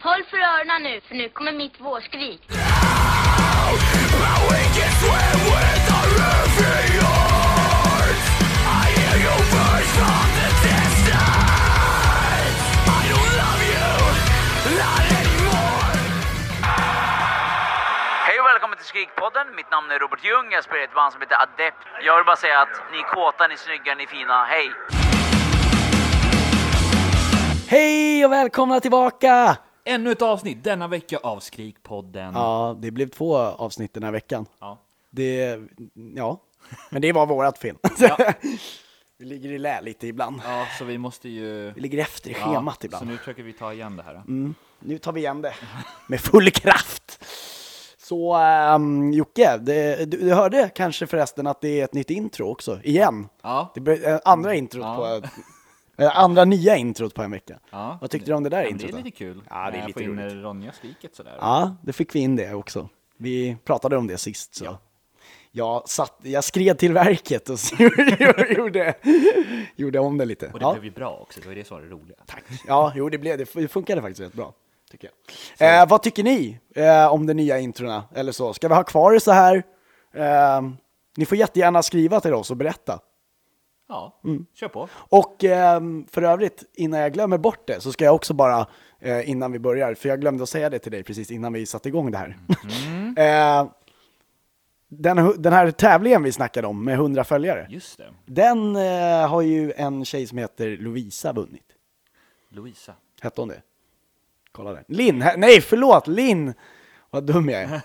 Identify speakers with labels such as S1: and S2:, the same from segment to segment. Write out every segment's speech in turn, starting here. S1: Håll för öronen nu, för nu kommer mitt vårskrik.
S2: Hej och välkommen till Skrikpodden. Mitt namn är Robert Ljung. Jag spelar i ett band som heter Adept. Jag vill bara säga att ni är kåta, ni är snygga, ni är fina. Hej!
S3: Hej och välkomna tillbaka!
S4: Ännu ett avsnitt denna vecka av Skrikpodden.
S3: Ja, det blev två avsnitt den här veckan.
S4: Ja.
S3: Det, ja, men det var vårat fel. Vi ligger i lä lite ibland.
S4: Ja, så vi måste ju...
S3: Vi ligger efter i schemat
S4: ja, Så
S3: ibland. Mm.
S4: nu försöker vi ta igen det här.
S3: Nu tar vi igen det med full kraft. Så ehm, Jocke, det, du, du hörde kanske förresten att det är ett nytt intro också, igen.
S4: Ja. Mm.
S3: Det blir, eh, andra introt
S4: Ja.
S3: på, eh, andra nya introt på en vecka.
S4: Ja.
S3: Vad tyckte du om det där
S4: Men
S3: introt?
S4: Det
S3: då?
S4: är lite kul.
S3: Ja, det är
S4: När jag
S3: lite
S4: får in
S3: roligt.
S4: Ronja-skriket sådär.
S3: Ja, det fick vi in det också. Vi pratade om det sist. Så. Jag, satt, jag skred till verket och så gjorde, gjorde om det lite.
S4: Och det
S3: Ja,
S4: blev ju bra också, det var ju det som var det roliga. Tack.
S3: ja jo, det, blev, det fu- funkade faktiskt rätt bra. Tycker jag. Eh, vad tycker ni eh, om de nya introna? Eller så? Ska vi ha kvar det så här? Eh, ni får jättegärna skriva till oss och berätta.
S4: Ja,
S3: Mm.
S4: kör på.
S3: Och ehm, för övrigt, innan jag glömmer bort det, så ska jag också bara, eh, innan vi börjar, för jag glömde att säga det till dig precis innan vi satte igång det här. eh, den, hu- den här tävlingen vi snackade om med 100 följare,
S4: Just det.
S3: den eh, har ju en tjej som heter Lovisa vunnit.
S4: Louisa.
S3: Hette hon det? Kolla där. Linn! he- Nej, förlåt! Linn! Vad dum jag är.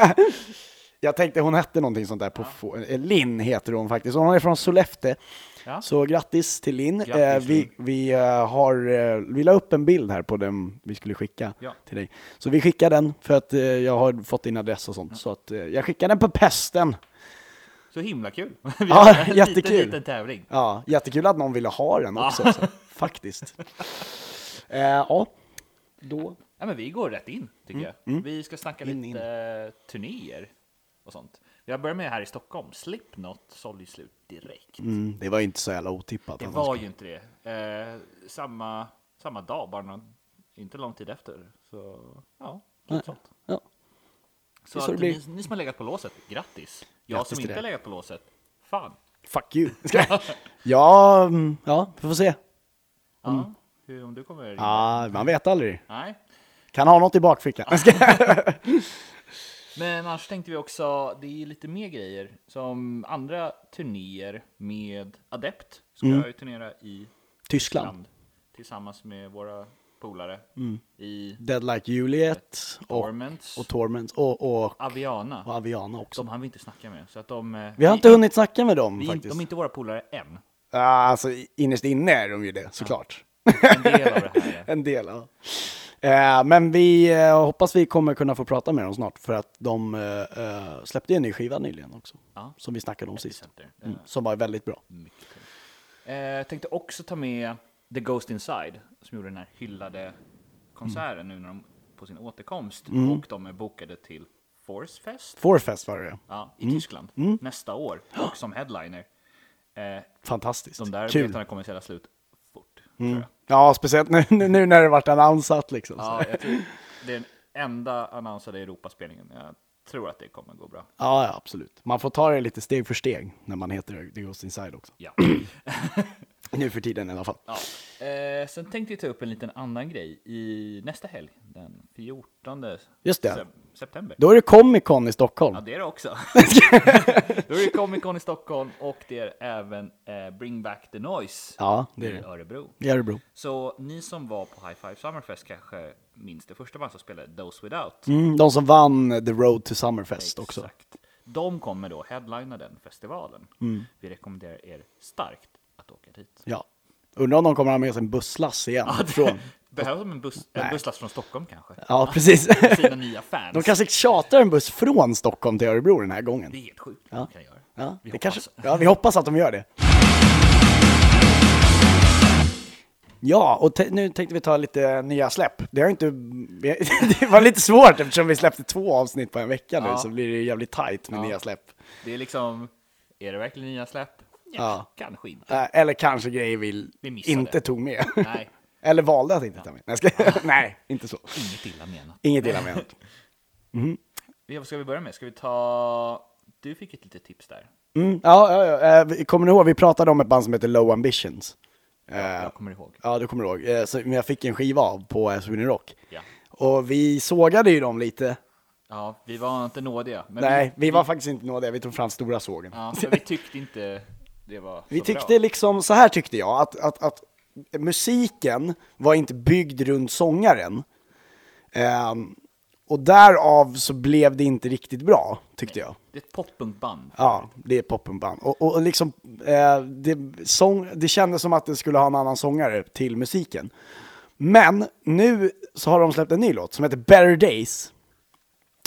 S3: jag tänkte hon hette någonting sånt där på... få- eh, Linn heter hon faktiskt. Hon är från Sollefteå.
S4: Ja.
S3: Så grattis till Linn.
S4: Grattis,
S3: Eh, vi,
S4: Linn.
S3: vi, eh, har, eh, vi la upp en bild här på den vi skulle skicka
S4: Ja.
S3: till dig. Så vi skickar den för att eh, jag har fått din adress och sånt. Så att, eh, jag skickar den på pesten.
S4: Så himla kul. Vi
S3: Ja,
S4: har en
S3: jättekul.
S4: Liten, liten tävling.
S3: Ja, jättekul att någon ville ha den också. Så, faktiskt. Eh, ja, då...
S4: Ja, men vi går rätt in, tycker jag. Vi ska snacka
S3: Mm. In,
S4: lite eh, turnéer och sånt. Jag börjar med här i Stockholm. Slipknot sålde ju slut direkt.
S3: Mm, det var ju inte så jävla otippat.
S4: Det
S3: att
S4: var ju inte det. Eh, samma, samma dag, bara någon, inte lång tid efter. Så ja, något sånt.
S3: Ja.
S4: Så,
S3: så det
S4: att,
S3: blir.
S4: ni, ni som har legat på låset, grattis! Jag
S3: Grattis
S4: som
S3: till
S4: inte har
S3: dig.
S4: legat på låset, fan!
S3: Fuck you. Ska jag- ja, mm, ja, vi får se.
S4: Ja, hur, om du kommer...
S3: Mm. Ja, man vet aldrig.
S4: Nej.
S3: Kan ha något i bakfickan. Ska jag-
S4: Men annars tänkte vi också, det är lite mer grejer. Som andra turnéer med Adept, ska
S3: Mm.
S4: jag ju turnera i
S3: Tyskland.
S4: land tillsammans med våra polare i
S3: Dead Like Juliet Mm. och,
S4: Torments
S3: och Torments och, och,
S4: Aviana.
S3: och Aviana också.
S4: De hann vi inte snacka med, så att de... eh,
S3: Vi har inte hunnit snacka med dem
S4: Vi, är inte-
S3: Mm, faktiskt.
S4: de är inte våra polare än.
S3: Ja, alltså innerst inne är de ju det, såklart.
S4: En del av det här.
S3: En del, ja. Eh, men vi eh, hoppas vi kommer kunna få prata med dem snart för att de eh, eh, släppte ju en ny skiva nyligen också.
S4: Ja. Mm.
S3: Som vi snackade om sist.
S4: Epicenter.
S3: Mm, som var väldigt bra.
S4: Eh, jag tänkte också ta med The Ghost Inside, som gjorde den här hyllade konserten nu när de på sin återkomst.
S3: Mm.
S4: Och de är bokade till Forcefest
S3: Forfest var det
S4: ja, i Tyskland
S3: Mm.
S4: nästa år, och som headliner. Eh,
S3: Fantastiskt.
S4: de där
S3: Kul. Mm.
S4: biljetterna kommer sälja slut fort, tror jag.
S3: Ja, speciellt nu, nu nu när det varit annonsat liksom. Ja,
S4: Ja, jag tror det är den enda annonsade Europaspelningen. Jag tror att det kommer gå bra.
S3: ja, absolut. Man får ta det lite steg för steg när man heter The Ghost Inside också.
S4: Ja.
S3: Nu för tiden i alla fall.
S4: Ja. Eh, sen tänkte jag ta upp en liten annan grej i nästa helg, den 14
S3: Just det.
S4: sep- september.
S3: Då är det Comic Con i Stockholm.
S4: Ja, det är det också. Då är det Comic Con i Stockholm och det är även eh, Bring Back the Noise
S3: Ja, det är
S4: i
S3: det.
S4: Örebro.
S3: I Örebro.
S4: Så ni som var på High Five Summerfest kanske minns det första band som spelade Those Without.
S3: Mm, de som vann The Road to Summerfest också.
S4: Exakt. De kommer då headlina den festivalen.
S3: Mm.
S4: Vi rekommenderar er starkt att åka dit.
S3: Ja. Undrar om de kommer ha med sig en busslass igen. från.
S4: Behöver de en, buss, en busslast från Stockholm kanske?
S3: Ja, precis.
S4: Med Sina nya fans.
S3: De kanske tjatar en buss från Stockholm till Örebro den här gången.
S4: Det är helt sjukt
S3: Ja.
S4: vad de kan göra.
S3: Ja,
S4: Vi
S3: vi, det
S4: hoppas.
S3: kanske, ja, vi hoppas att de gör det. Ja, och te- nu tänkte vi ta lite nya släpp. Det, har inte, vi- det var lite svårt eftersom vi släppte två avsnitt på en vecka nu,
S4: Ja.
S3: så blir det jävligt tight med nya släpp.
S4: Det är liksom, är det verkligen nya släpp? Ja,
S3: Ja.
S4: kanske inte.
S3: Eh, Eller kanske grejer vi,
S4: Vi missade.
S3: inte tog med.
S4: Nej,
S3: Eller valde att inte ta med. Nej, jag ska... Nej inte så.
S4: Inget illa menat.
S3: Inget illa menat.
S4: Vi- Vad ska vi börja med? Ska vi ta... Du fick ett litet tips där.
S3: Mm, ja, ja, ja. Eh, vi- Kommer ni ihåg, vi pratade om ett band som heter Low Ambitions. Eh,
S4: Jag kommer ihåg.
S3: Ja, du kommer ihåg. Eh, så- Men jag fick en skiva av på eh, Sweden Rock.
S4: Ja.
S3: Och vi sågade ju dem lite.
S4: Ja, vi var inte nådiga. Men
S3: Nej,
S4: vi,
S3: vi var faktiskt inte nådiga, vi tog fram stora sågen.
S4: ja, men vi tyckte inte det var
S3: Vi
S4: så
S3: tyckte
S4: bra.
S3: liksom, så här tyckte jag, att, att, att musiken var inte byggd runt sångaren. Ehm, och därav så blev det inte riktigt bra, tyckte jag.
S4: Det är ett poppunkband.
S3: Ja, det är poppenband. Och, och, och liksom, eh, det, sång, det kändes som att det skulle ha en annan sångare till musiken. Men nu så har de släppt en ny låt som heter Better Days.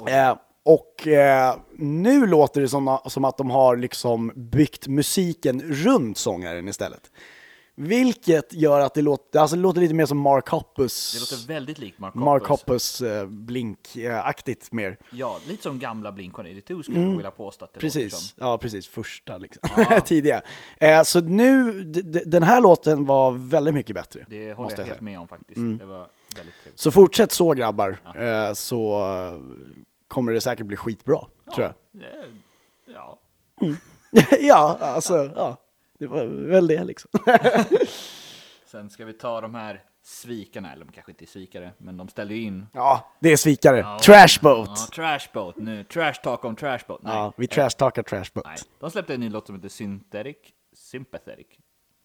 S3: Eh, och eh, nu låter det som, som att de har liksom byggt musiken runt sångaren istället. Vilket gör att det låter, alltså det låter lite mer som Mark Hoppus,
S4: Det låter väldigt likt Mark Hoppus.
S3: Mark Hoppus eh, Blink-aktigt mer.
S4: Ja, lite som gamla Blink-182 skulle jag vilja påstå att det låter
S3: Mm. Precis,
S4: som.
S3: ja precis, första liksom, tidiga. Eh, så nu, d- d- den här låten var väldigt mycket bättre.
S4: Det håller
S3: måste
S4: jag helt
S3: säga. Mm.
S4: med om faktiskt. Det var väldigt trevligt.
S3: Så fortsätt så grabbar, eh, så eh, kommer det säkert bli skitbra, tror jag.
S4: Eh, Ja.
S3: ja, alltså, ja. Det var väl det liksom.
S4: Sen ska vi ta de här svikarna, eller de kanske inte är svikare, men de ställde ju in.
S3: ja, det är svikare. Trash boat!
S4: Ja,
S3: Ja,
S4: trash boat nu. Trash talk om trash boat. Nej.
S3: vi trashtalkar trash boat.
S4: Nej. De släppte en ny låt som heter Synthetic Sympathetic.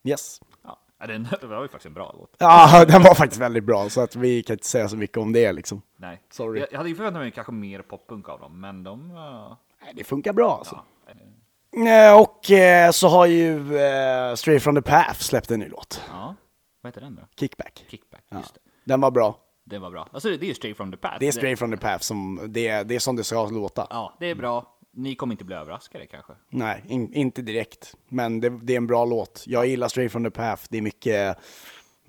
S3: Yes.
S4: Ja, Ja, den, det var ju faktiskt en bra låt.
S3: Ja, den var faktiskt väldigt bra, så att vi kan inte säga så mycket om det liksom.
S4: Nej.
S3: Sorry.
S4: Jag, jag hade ju förväntat mig kanske mer poppunk av dem, men de var...
S3: Nej, Det funkar bra alltså.
S4: Ja.
S3: Eh, Och eh, så har ju eh, Stray from the Path släppt en ny låt,
S4: ja. Vad heter den då?
S3: Kickback.
S4: Kickback,
S3: Ja.
S4: just det.
S3: Den var bra.
S4: Den var bra. Alltså det det är ju straight from the path.
S3: Det är Stray from the Path, som, det, är, det är som det ska låta.
S4: Ja, det är bra. Ni kommer inte bli överraskade kanske.
S3: Nej, in, inte direkt. Men det, det är en bra låt. Jag gillar Stray from the Path. Det är mycket,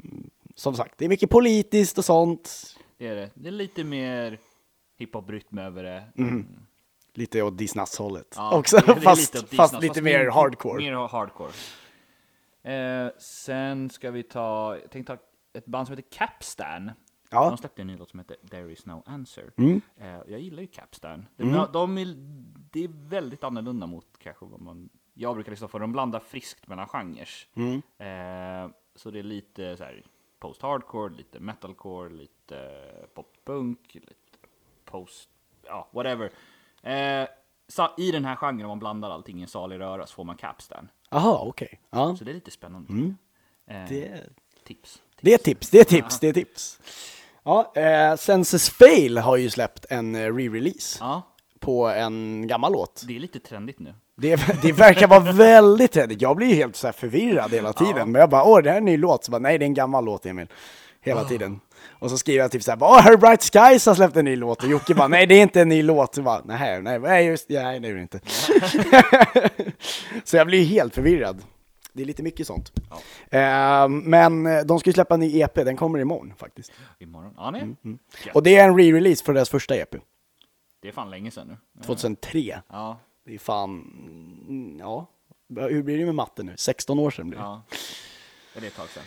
S3: mm, som sagt, det är mycket politiskt och sånt.
S4: Det är det. Det är lite mer hiphop-rytm över det. Mm.
S3: Lite åt Disney-hållet
S4: Ja,
S3: Mm. också,
S4: det- det är lite
S3: fast,
S4: åt
S3: lite,
S4: Disney,
S3: fast lite mer
S4: min-
S3: hardcore.
S4: Mer hardcore. Eh, sen ska vi ta, jag tänkte ta ett band som heter Capstan.
S3: Ja.
S4: De släppte en ny låt som heter There is no answer. Eh, jag gillar ju Capstan. De, de är, det är väldigt annorlunda mot kanske vad man... Jag brukar lyssna på de blandar friskt mellan genrer. Eh, så det är lite så här post-hardcore, lite metalcore, lite pop-punk, lite post, ja, whatever. Eh, sa, I den här genren, om man blandar allting i en salig röra, så får man capstan.
S3: Jaha, okej. Ja. Mm.
S4: Så det är lite spännande. Eh,
S3: Det,
S4: Tips.
S3: det är tips, det är tips, det är tips. Ja, eh, Senses Fail har ju släppt en eh, re-release
S4: Ja,
S3: på en gammal låt.
S4: det är lite trendigt nu.
S3: Det, det verkar vara väldigt trendigt. Jag blir ju helt så här förvirrad hela tiden. Men jag bara, åh, det här är en ny låt. Så bara, nej, det är en gammal låt, Emil. Hela tiden. Och så skriver jag typ så här, åh, Her Bright Skies har släppt en ny låt. Och Jocke bara, nej, det är inte en ny låt. Så bara, nej, nej, nej, just, nej, det är det inte. så jag blir ju helt förvirrad. Det är lite mycket sånt. Eh, men eh, de ska ju släppa en ny EP, den kommer imorgon faktiskt.
S4: Imorgon. Ja, nej. Ja,
S3: Mm, Och det är en re-release för deras första E EP,
S4: det är fan länge sedan nu. Ja.
S3: 2003.
S4: Ja,
S3: Det är fan, mm, ja. Hur blir det med matte nu? 16 år sedan blir det.
S4: ja. Det är ett tag sedan.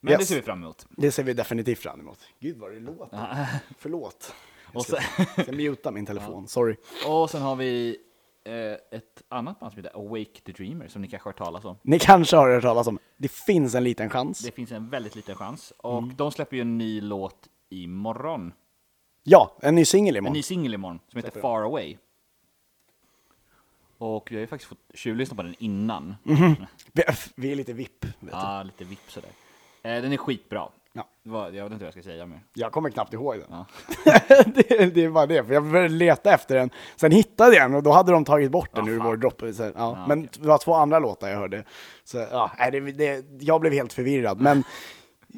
S4: Men
S3: Yes.
S4: det ser vi fram emot.
S3: Det ser vi definitivt fram emot. Gud vad det låter. Förlåt.
S4: Och
S3: Jag ska, ska muta min telefon, sorry.
S4: Och sen har vi eh, ett annat band som heter Awake the Dreamer, som ni kanske har hört talas om.
S3: Ni kanske har hört talas om, det finns en liten chans.
S4: Det finns en väldigt liten chans. Och
S3: Mm.
S4: de släpper ju en ny låt imorgon.
S3: Ja, en ny singel
S4: En ny
S3: imorgon.
S4: singel imorgon som heter Far Away. Och vi har ju faktiskt fått tjuvlyssna på den innan.
S3: Vi, vi är lite vipp. Vet du.
S4: Ja, lite vipp sådär. Eh, den är skitbra.
S3: Ja.
S4: Det var- Jag vet inte vad jag ska säga mer.
S3: Jag kommer knappt ihåg den.
S4: Ja.
S3: det, det är bara det, för jag började leta efter den. Sen hittade jag den och då hade de tagit bort den ur vår dropp. Så, ja. men det var två andra låtar jag hörde. Så, ja, nej, det, det, jag blev helt förvirrad, men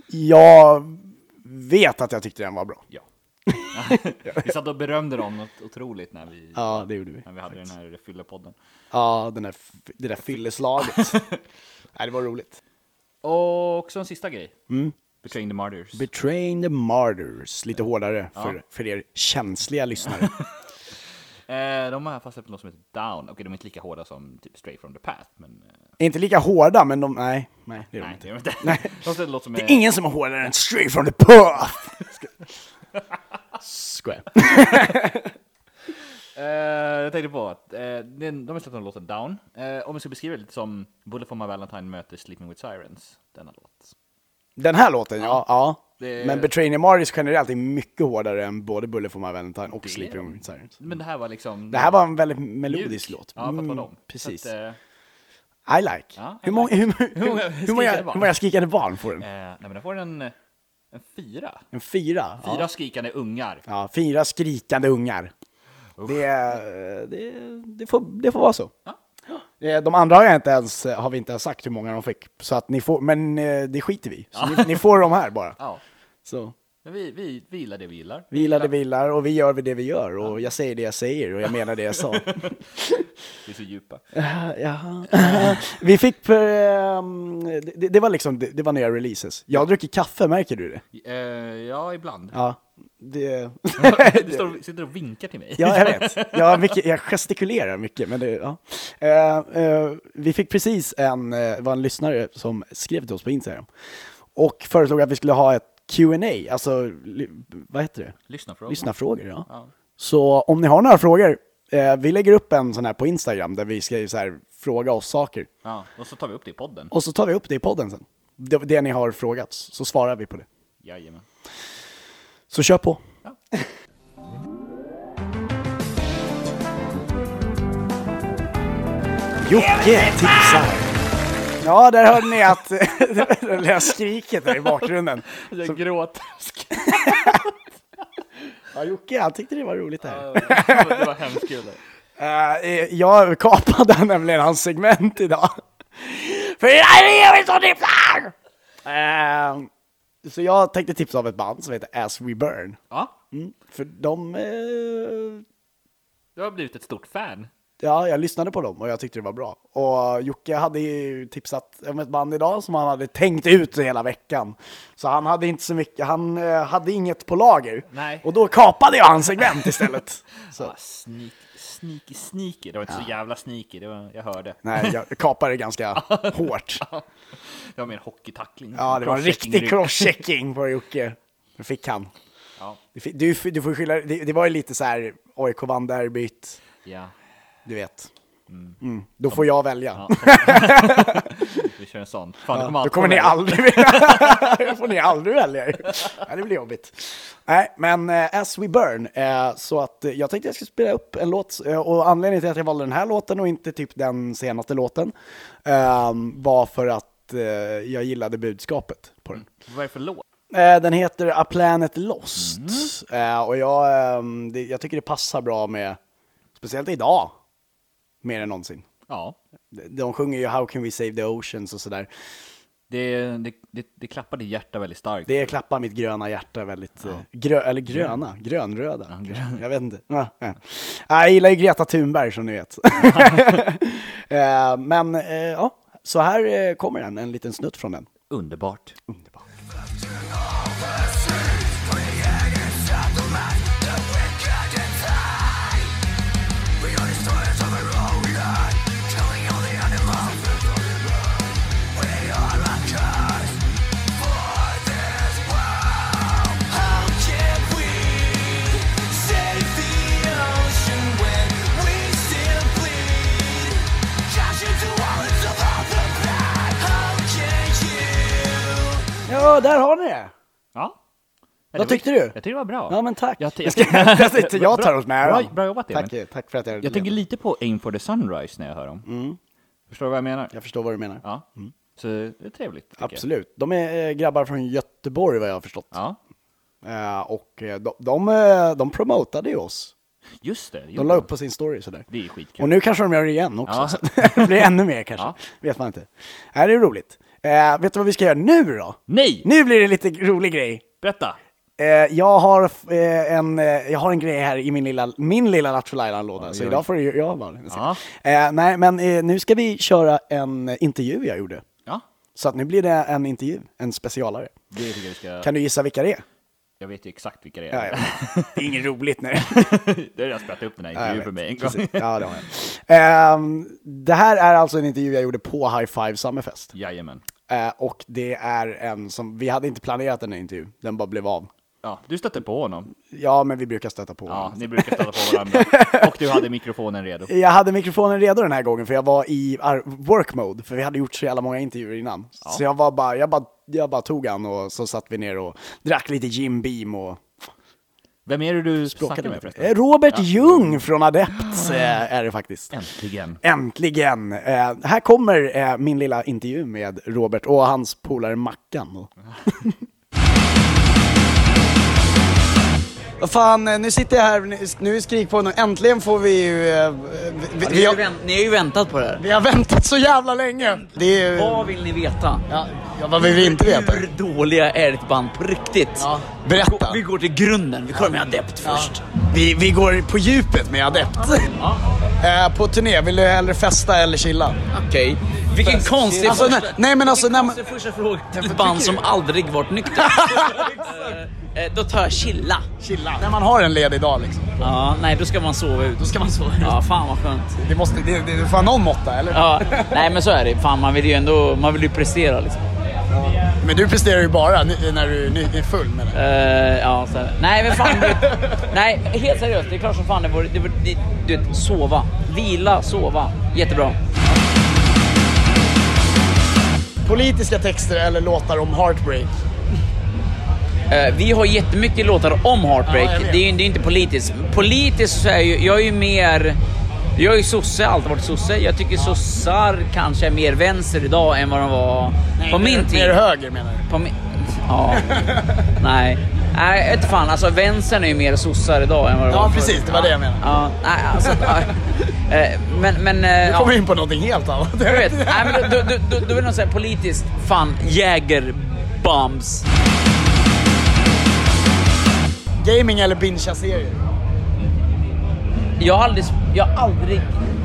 S3: jag vet att jag tyckte den var bra.
S4: Ja. vi satt och berömde dem något otroligt när vi,
S3: Ja, det gjorde vi.
S4: när vi hade den här fyllepodden.
S3: Ja, den där, f- det där fylleslaget. Nej, det var roligt.
S4: Och också en sista grej.
S3: Mm.
S4: Betraying the Martyrs.
S3: Betraying the Martyrs, lite hårdare för, för er känsliga lyssnare.
S4: Eh, de har fastnat på något som heter Down. Okej, de är inte lika hårda som typ Stray from the Path, men... eh,
S3: Inte lika hårda, men de, nej, nej, det är de
S4: nej,
S3: inte.
S4: det är de inte. De släppte en låt som
S3: Det är ingen som är hårdare än Straight from the Puff! Skojar.
S4: Eh, jag tänkte på att eh, den, de har släppt den låten Down. Eh, om vi ska beskriva det lite som Bullet for my Valentine möter Sleeping with Sirens. Denna låt.
S3: Den här låten, ja. ja.
S4: Det-
S3: Men Betraying Maris generellt är mycket hårdare än både Bullet for my Valentine och
S4: är
S3: Sleeping
S4: de.
S3: with Sirens.
S4: Men det här var liksom...
S3: Det här var en väldigt
S4: mjuk.
S3: melodisk låt.
S4: Ja, för att
S3: Mm,
S4: vara dem.
S3: Precis.
S4: Så att, eh,
S3: I like.
S4: Ja, I
S3: hur, många, hur,
S4: Hur många
S3: hur, hur,
S4: skrikande
S3: många,
S4: barn?
S3: hur många skrikande barn får den?
S4: eh, nej, men den får en, en fyra.
S3: En fyra?
S4: Fyra
S3: Ja.
S4: skrikande ungar.
S3: ja, fyra skrikande ungar. Det, eh, det, det, får, det får vara så.
S4: Ja.
S3: Eh, De andra har, jag inte ens, eh, har vi inte ens sagt hur många de fick, så att ni får, men eh, det skiter vi i. Så ni, ni får de här bara.
S4: Ja.
S3: Så.
S4: Men vi, vi, vi gillar det vi gillar.
S3: Vi gillar det vi gillar och vi gör det vi gör och jag säger det jag säger och jag menar det jag sa.
S4: Vi är så djupa.
S3: Eh, Jaha. Eh, Vi fick för, ehm, det, det var liksom, det, det var nya releases. Jag dricker kaffe, märker du det?
S4: Eh, ja, ibland.
S3: Ja, det,
S4: du står, och- sitter och vinkar till mig.
S3: ja jag vet. Jag, har mycket, jag gestikulerar mycket, men det, ja. Eh, eh, vi fick precis en, eh, var en lyssnare som skrev till oss på Instagram och föreslog att vi skulle ha ett Q&A, alltså, li- vad heter det?
S4: Lyssna från
S3: Lyssnarfrågor, ja.
S4: Ja.
S3: Så om ni har några frågor, eh, vi lägger upp en sån här på Instagram där vi ska så här, fråga oss saker.
S4: Ja, och så tar vi upp det i podden.
S3: Och så tar vi upp det i podden sen. Det, det ni har frågat, så svarar vi på det.
S4: Jajamän.
S3: Så kör på. Jocke tipsar. Ja, där hörde ni att det lilla skriket där i bakgrunden.
S4: Jag så... gråter.
S3: Ja, Jocke, han tyckte det var roligt det här.
S4: det var hemskt kul.
S3: Eh, eh, jag kapade nämligen hans segment idag. För det är vi som tipsar! Eh, så jag tänkte tipsa av ett band som heter As We Burn. Mm.
S4: Ja,
S3: För de... eh,
S4: du har blivit ett stort fan.
S3: ja, jag lyssnade på dem och jag tyckte det var bra. Och Jocke hade ju tipsat om ett band idag som han hade tänkt ut hela veckan. Så han hade inte så mycket, han eh, hade inget på lager.
S4: Nej.
S3: Och då kapade jag hans segment istället. Så.
S4: Ah, sneak, sneaky, sneaky. Det var inte så jävla sneaky, det var, jag hörde.
S3: Nej, jag kapade ganska hårt.
S4: Det var mer hockeytackling.
S3: Ja, det var en
S4: Crosschecking
S3: riktig
S4: rygg.
S3: crosschecking på Jocke. Det fick han.
S4: Ja,
S3: Det fi- Du, du får skylla, det, det var ju lite så här AIK vann derbyt,
S4: ja.
S3: du vet. Mm. Då får jag välja.
S4: vi kör en sån. Fan, det
S3: Då
S4: allt
S3: kommer
S4: på
S3: ni
S4: mig.
S3: aldrig Då får ni aldrig välja er. ja, Det blir jobbigt. Nej, men eh, As We Burn. Eh, så att eh, jag tänkte jag skulle spela upp en låt. Eh, och anledningen till att jag valde den här låten och inte typ den senaste låten eh, var för att eh, jag gillade budskapet på den.
S4: Vad är det för låt?
S3: Eh, Den heter A Planet Lost. Eh, Och jag, ehm, det, jag tycker det passar bra med, speciellt idag, mer än någonsin.
S4: Ja,
S3: De- De sjunger ju How can we save the oceans och sådär.
S4: det, det, det, det klappar ditt hjärta väldigt starkt.
S3: Det klappar mitt gröna hjärta väldigt, eh, grö, eller gröna, grönröda. Jag vet inte. Ja, ja. Jag gillar ju Greta Thunberg som ni vet. Eh, Men eh, ja, så här eh, kommer den, en liten snutt från den.
S4: Underbart.
S3: Underbart. Ja, där har ni det!
S4: Ja.
S3: Vad tyckte du?
S4: Jag tyckte det var bra.
S3: Ja men tack!
S4: Jag, ty-
S3: jag, ska, jag, ska- jag tar
S4: Bra-
S3: åt mig äran.
S4: bra- bra jobbat, Emil.
S3: tack, eh, tack för att jag
S4: jag tänker lite på Aim for the Sunrise när jag hör dem.
S3: Mm.
S4: Förstår du vad jag menar?
S3: Jag förstår vad du menar.
S4: Ja. Så det är trevligt. tycker jag.
S3: Mm. Absolut. De är eh, grabbar från Göteborg vad jag har förstått.
S4: Ja,
S3: Eh, och eh, de, de, eh, de promotade ju oss.
S4: just det.
S3: De la upp på sin story sådär.
S4: Det är skitkul.
S3: Och nu kanske de gör det igen också.
S4: Ja.
S3: Så det blir ännu mer kanske.
S4: Ja.
S3: Vet man inte. Nej, det är roligt. Eh, vet du vad vi ska göra nu då?
S4: Nej!
S3: Nu blir det lite rolig grej.
S4: Berätta!
S3: Eh, jag, har, eh, en, eh, jag har en grej här i min lilla, min lilla Lattjo Lajban-låda, så
S4: gör
S3: idag får ju jag vara den.
S4: Ja.
S3: Eh, nej, men eh, nu ska vi köra en eh, intervju jag gjorde.
S4: Ja,
S3: Så att nu blir det en intervju, en specialare.
S4: det tycker jag vi ska...
S3: Kan du gissa vilka det är?
S4: Jag vet ju exakt vilka det
S3: Ja,
S4: är.
S3: ja. Det är inget roligt när det
S4: det är jag sprätt upp den här intervjun för mig en gång.
S3: Precis. Ja, det har jag. Ehm, det här är alltså en intervju jag gjorde på High Five Summerfest.
S4: Jajamän.
S3: Eh, och det är en som, vi hade inte planerat den här intervjun, den bara blev av.
S4: Ja, du stötte på honom.
S3: Ja, men vi brukar stöta på
S4: Ja,
S3: varandra.
S4: ni brukar stöta på varandra. Och du hade mikrofonen redo.
S3: Jag hade mikrofonen redo den här gången för jag var i ar- work mode, för vi hade gjort så jävla många intervjuer innan. Så jag, var bara, jag, bara, jag bara tog han och så satt vi ner och drack lite Jim Beam och
S4: Vem är det du
S3: bråkade
S4: snackar med
S3: lite.
S4: förresten?
S3: Eh, Robert Ljung från Adepts eh, är det faktiskt.
S4: Äntligen.
S3: Äntligen! Eh, här kommer eh, min lilla intervju med Robert och hans polare Mackan.
S5: Vad fan, eh, nu sitter jag här, nu- nu är Skrikpodden och äntligen får vi ju... eh, Vi, vi, vi, har,
S6: ni har ju väntat på det här.
S5: vi har väntat så jävla länge! Det är ju...
S6: Vad vill ni veta?
S5: Ja, ja, vad vill vi inte veta?
S6: Hur dåliga är ett band på riktigt?
S5: Ja, berätta!
S6: Vi går till grunden. Vi kollar med Adept först.
S5: Vi, vi går på djupet med Adept. Eh, på turné, vill du hellre festa eller chilla?
S6: Okej. Vilken konstig
S5: Alltså,
S6: första...
S5: nej, nej, men alltså,
S6: vilken
S5: när man-
S6: konstig första fråga till ett band som aldrig varit nykter. Eh, eh, då tar jag chilla.
S5: Chilla. När man har en ledig dag liksom.
S6: Ja, nej då ska man sova ut. Då ska man sova ut. Ja, fan vad skönt.
S5: Det, måste, det, det, det får ha någon måtta, eller?
S6: Ja, nej men så är det. Fan man vill ju ändå, man vill ju prestera liksom.
S5: Men du presterar ju bara ny- när du är ny- är full med det.
S6: Eh, ja, så här. Nej men fan. Du, nej, helt seriöst. Det är klart som fan det vore, det vore, det, du vet, sova. Vila, sova. Jättebra.
S5: Politiska texter eller låtar om heartbreak?
S6: Eh, vi har jättemycket låtar om
S5: Ja,
S6: heartbreak.
S5: jag vet.
S6: det, är ju, det är inte politiskt. Politiskt så är ju, jag är ju mer... Jag är ju sosse, alltid varit sosse. Jag tycker sossar kanske är mer vänster idag än vad de var på
S5: Mer-
S6: min tid.
S5: Mer höger menar du?
S6: På min... Ja. Nej. Nej, jag vet fan. Alltså vänstern är ju mer sossar idag än vad det
S5: Ja,
S6: var
S5: precis, det var det jag menade.
S6: Ja, nej, alltså... ja. Eh, men... men eh,
S5: Nu
S6: ja.
S5: kommer vi in på någonting helt annat.
S6: Jag vet. Nej, men då, då, då, då vill de säga politiskt, fan, jägerbombs.
S5: Gaming eller bingea serier?
S6: Jag har aldrig, jag har aldrig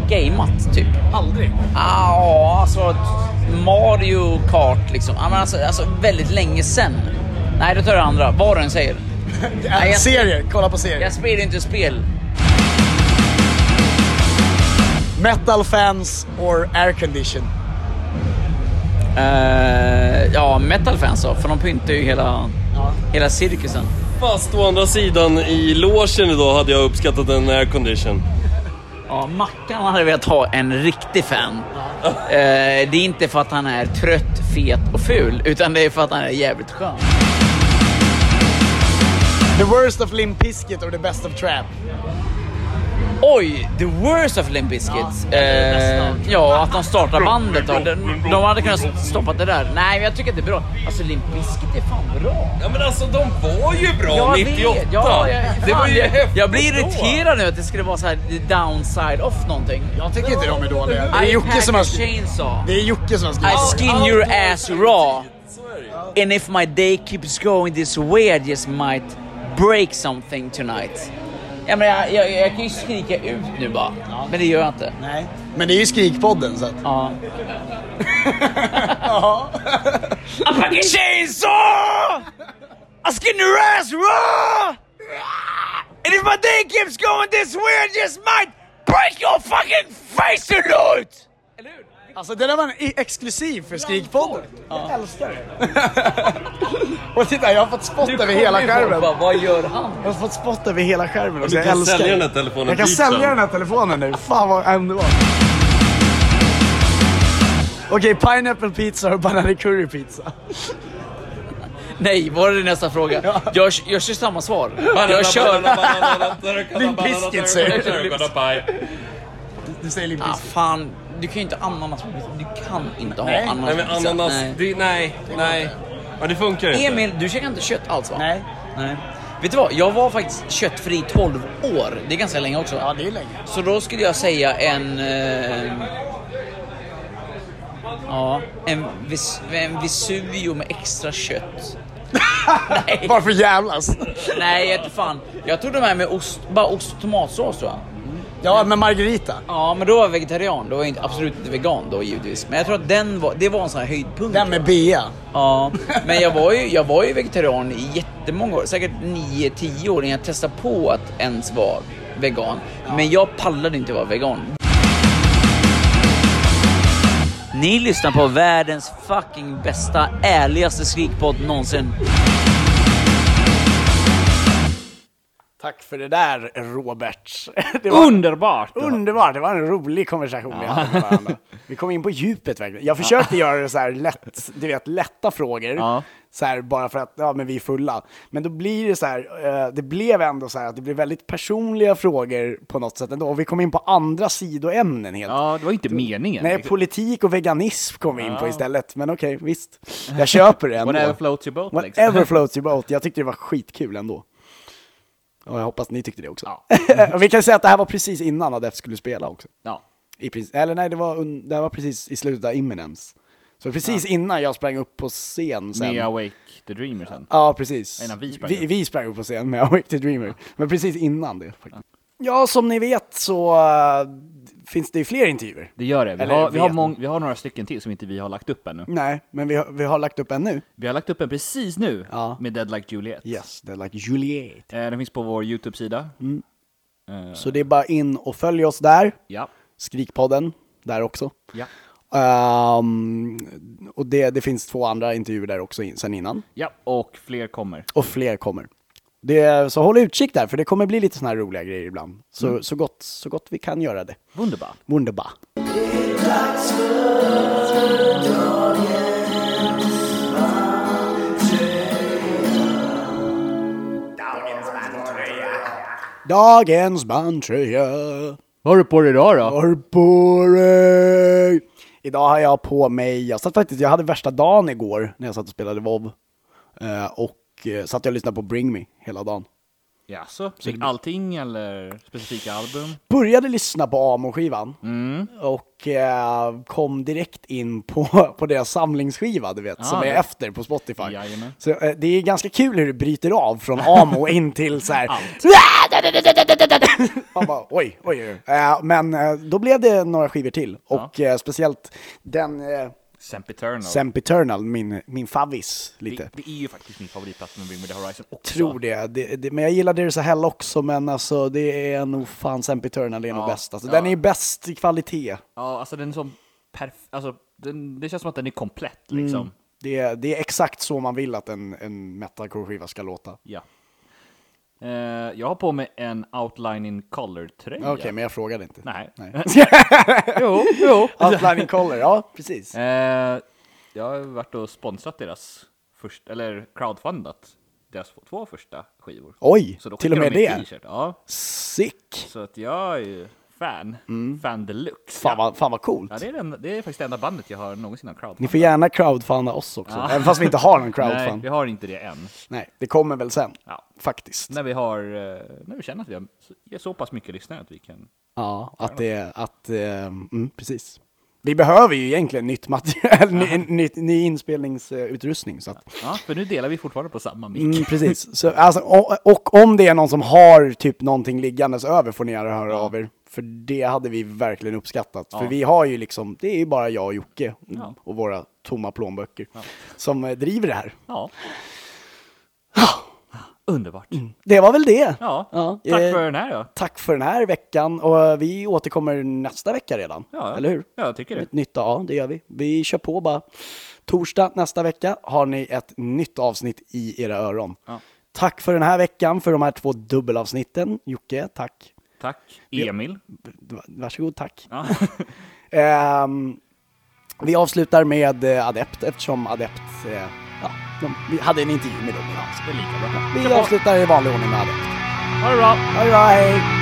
S6: gameat typ.
S5: Aldrig.
S6: Ja, alltså Mario Kart liksom. Ja, men alltså, alltså väldigt länge sen. Nej, då tar jag det andra. Vad den säger. Nej, jag-
S5: serier, kolla på serier.
S6: Jag spelar inte spel.
S5: Metal fans or air condition?
S6: Eh, ja, metalfans då, för de pyntar ju hela, hela cirkusen.
S7: Fast å andra sidan i logen idag hade jag uppskattat en aircondition.
S6: Ja, Mackan hade velat ha en riktig fan. Eh, det är inte för att han är trött, fet och ful, utan det är för att han är jävligt skön.
S5: The worst of Limp Bizkit or the best of Trap?
S6: Oj, the worst of Limp Bizkit. Ja, ja att de startar bandet. Då. De, de hade kunnat stoppa det där. Nej, men jag tycker att det är bra. Alltså Limp Bizkit är fan bra.
S7: Ja men alltså de var ju bra
S6: Jag vet,
S7: 98!
S6: Ja, jag, fan,
S7: det var ju
S6: jag,
S7: häftigt
S6: jag blir
S7: då.
S6: irriterad nu att det skulle vara så här the downside of någonting.
S5: Jag tycker inte de är dåliga. Det är Jocke
S6: Pack
S5: som
S6: a
S5: har skrivit.
S6: chainsaw.
S5: Det är Jocke som har
S6: I
S5: skrivit.
S6: skin your ass raw.
S7: Så är det ju.
S6: And if my day keeps going this way I just might break something tonight. Ja, men jag, jag, jag kan ju skrika ut nu bara, men det gör jag inte.
S5: Nej. Men det är ju Skrikpodden så att...
S6: Ja.
S5: Ja.
S6: A fucking chainsaw! A skin your ass raw! And if my day keeps going this way I just might break your fucking face tonight! Eller hur?
S5: Alltså det där var en i- exklusiv för Skrikpodden. Jag älskar det. Och titta, jag har fått spott över hela skärmen.
S6: Bara, vad gör han?
S5: Jag har fått spott över hela skärmen. Och
S7: du
S5: jag
S7: kan
S5: älskar
S7: sälja
S5: det.
S7: den här telefonen
S5: Jag kan
S7: dyrt
S5: sälja
S7: sen.
S5: den här telefonen nu. Fan vad underbart. Okej, pineapple pizza och banana curry pizza.
S6: Nej, var det nästa fråga? Jag, jag kör samma svar.
S7: Banana,
S6: Jag kör...
S7: banana, banana, banana,
S5: Limp Bizkit säger
S7: banana,
S6: du.
S7: banana, pie.
S5: Du säger limp
S6: Ah, fan. Du kan ju inte ha ananas på pizza. Du kan inte ha
S5: Nej,
S6: ananas
S7: Nej
S6: på
S7: men
S6: pizza.
S7: ananas,
S6: Nej.
S7: det, nej, nej. Ja det funkar ju inte.
S6: Emil, du käkar inte kött alls va?
S5: Nej.
S6: Nej. Vet du vad? Jag var faktiskt köttfri 12 år. Det är ganska länge också.
S5: Ja, det är länge.
S6: Så då skulle jag säga en... Eh, ja, en, vis, en Vesuvio med extra kött. Nej,
S5: Varför jävlas?
S6: nej jag vet inte fan. Jag tog de här med ost, bara ost och tomatsås tror jag.
S3: Ja, med Margarita.
S8: Ja, men då var jag vegetarian. Då var jag inte, absolut inte vegan då givetvis. Men jag tror att den var, det var en sån här höjdpunkt.
S3: Den med bea.
S8: Ja, men jag var, ju, jag var ju vegetarian i jättemånga år. Säkert 9-10 år innan jag testade på att ens vara vegan. Men jag pallade inte vara vegan.
S2: Ni lyssnar på världens fucking bästa, ärligaste skrikpodd någonsin.
S3: Tack för det där, Robert. Det var
S4: Underbart!
S3: underbart. Det var en rolig konversation vi hade med varandra. Vi kom in på djupet verkligen. Jag försökte göra det så här lätt, du vet, lätta frågor.
S4: Ja.
S3: Så här bara för att, ja men vi är fulla. Men då blir det så här, eh, det blev ändå så här att det blev väldigt personliga frågor på något sätt ändå. Och vi kom in på andra sidoämnen helt.
S4: Ja, det var inte meningen.
S3: Nej, politik och veganism kom vi in på istället. Men okej, visst. Jag köper det ändå.
S4: Whatever floats your boat liksom.
S3: Whatever floats your boat. Jag tyckte det var skitkul ändå. Och jag hoppas ni tyckte det också. och vi kan säga att det här var precis innan Adef skulle spela också.
S4: Ja.
S3: I princip, eller nej, det, var, un- det här var precis i slutet av Imminence. Så precis innan jag sprang upp på scen sen.
S4: Mia Wake the Dreamer sen.
S3: Ja, precis.
S4: Innan vi sprang
S3: vi,
S4: upp.
S3: vi sprang upp på scen med Awake the Dreamer. Men precis innan det. Faktiskt. Ja, som ni vet så äh, finns det ju fler intervjuer.
S4: Det gör det. Vi
S3: Eller
S4: har, vi, har
S3: vet.
S4: mång, vi har några stycken till som inte vi har lagt upp ännu.
S3: Nej, men vi har, vi har lagt upp en nu.
S4: Vi har lagt upp en precis nu
S3: Ja.
S4: med Dead Like Juliet.
S3: Yes, Mm. det är like Juliet.
S4: Eh, Den finns på vår YouTube-sida.
S3: Så det är bara in och följ oss där.
S4: Ja.
S3: Skrikpodden, där också.
S4: Ja.
S3: Ehm, och det, det finns två andra intervjuer där också in, sen innan.
S4: ja, och fler kommer.
S3: Och fler kommer. Det, så håll utkik där, för det kommer bli lite såna här roliga grejer ibland. Så, så, gott, så gott vi kan göra det.
S4: Wunderbar.
S3: Wunderbar. Dagens bandtröja.
S4: Vad har du på dig idag då?
S3: Har på dig. Idag har jag på mig, jag satt faktiskt, jag hade värsta dagen igår när jag satt och spelade WoW. Eh, och eh, satt jag och lyssnade på Bring Me hela dagen.
S4: Jaså? Fick allting eller specifika album?
S3: började lyssna på Amo-skivan och eh, kom direkt in på, på deras samlingsskiva, du vet, som är
S4: det-
S3: efter på Spotify.
S4: Jajamän.
S3: Så eh, det är ganska kul hur det bryter av från Amo in till så här... Man bara, oj, oj, oj. Eh, men eh, då blev det några skivor till och eh, speciellt den eh,
S4: Sempiternal.
S3: Sempiternal, min, min favvis lite.
S4: det, det är ju faktiskt min favoritplatta med Bring Me The Horizon också.
S3: Tror det. Det, det. Men jag gillar Dears a Hell också, men alltså det är nog fan Sempiternal är nog bäst. Alltså, Den är ju bäst i kvalitet.
S4: Ja, alltså den är som perf- alltså, den, det känns som att den är komplett liksom.
S3: Mm. Det är, det är exakt så man vill att en, en metalcore-skiva ska låta.
S4: Ja. Eh, jag har på mig en Outline in Color-tröja.
S3: Okej, men jag frågade inte.
S4: Nej.
S3: jo, jo. Outlining color, ja precis.
S4: Eh, jag har varit och sponsrat deras första, eller crowdfundat deras två första skivor.
S3: Oj,
S4: Så då
S3: till och med
S4: skickar de min
S3: det.
S4: T-shirt. Ja,
S3: Sick!
S4: så att jag är ju fan. Fan deluxe.
S3: Mm. Fan
S4: ja.
S3: vad, fan vad coolt.
S4: Ja, det, är den, det är faktiskt det enda bandet jag har någonsin har
S3: Ni
S4: crowdfundat.
S3: får gärna crowdfunda oss också, även fast vi inte har någon
S4: Nej,
S3: crowdfund.
S4: vi
S3: Nej,
S4: har inte det än.
S3: det kommer väl sen,
S4: Ja.
S3: faktiskt.
S4: När vi har, eh, när vi känner att vi har så- är så pass mycket lyssnare att vi kan.
S3: Ja, att det, att, eh, mm, precis. Vi behöver ju egentligen nytt material, ny, ny, ny inspelningsutrustning. Så att,
S4: Ja, för nu delar vi fortfarande på samma mick.
S3: Mm, precis. Så, alltså, och, och om det är någon som har typ någonting liggandes över får ni gärna höra av er. För det hade vi verkligen uppskattat. För vi har ju liksom, det är ju bara jag och Jocke och våra tomma plånböcker som eh, driver det här.
S4: Ja. Underbart.
S3: Det var väl det.
S4: Mm. Ja,
S3: eh,
S4: tack för den här då.
S3: tack för den här veckan och eh, vi återkommer nästa vecka redan.
S4: Ja,
S3: Eller hur?
S4: Ja, jag tycker det.
S3: Ett nytt, ja det gör vi. Vi kör på bara. Torsdag nästa vecka har ni ett nytt avsnitt i era öron.
S4: Ja.
S3: Tack för den här veckan, för de här två dubbelavsnitten. Jocke, tack.
S4: Tack Emil.
S3: Varsågod, tack.
S4: Ja.
S3: Ehm, vi avslutar med eh, Adept, eftersom Adept, eh, ja, de, vi hade en intervju med dem idag. så
S4: Det är lika bra.
S3: Vi avslutar i vanlig ordning med Adept.
S4: Ha det bra.
S3: Ha det bra, hej!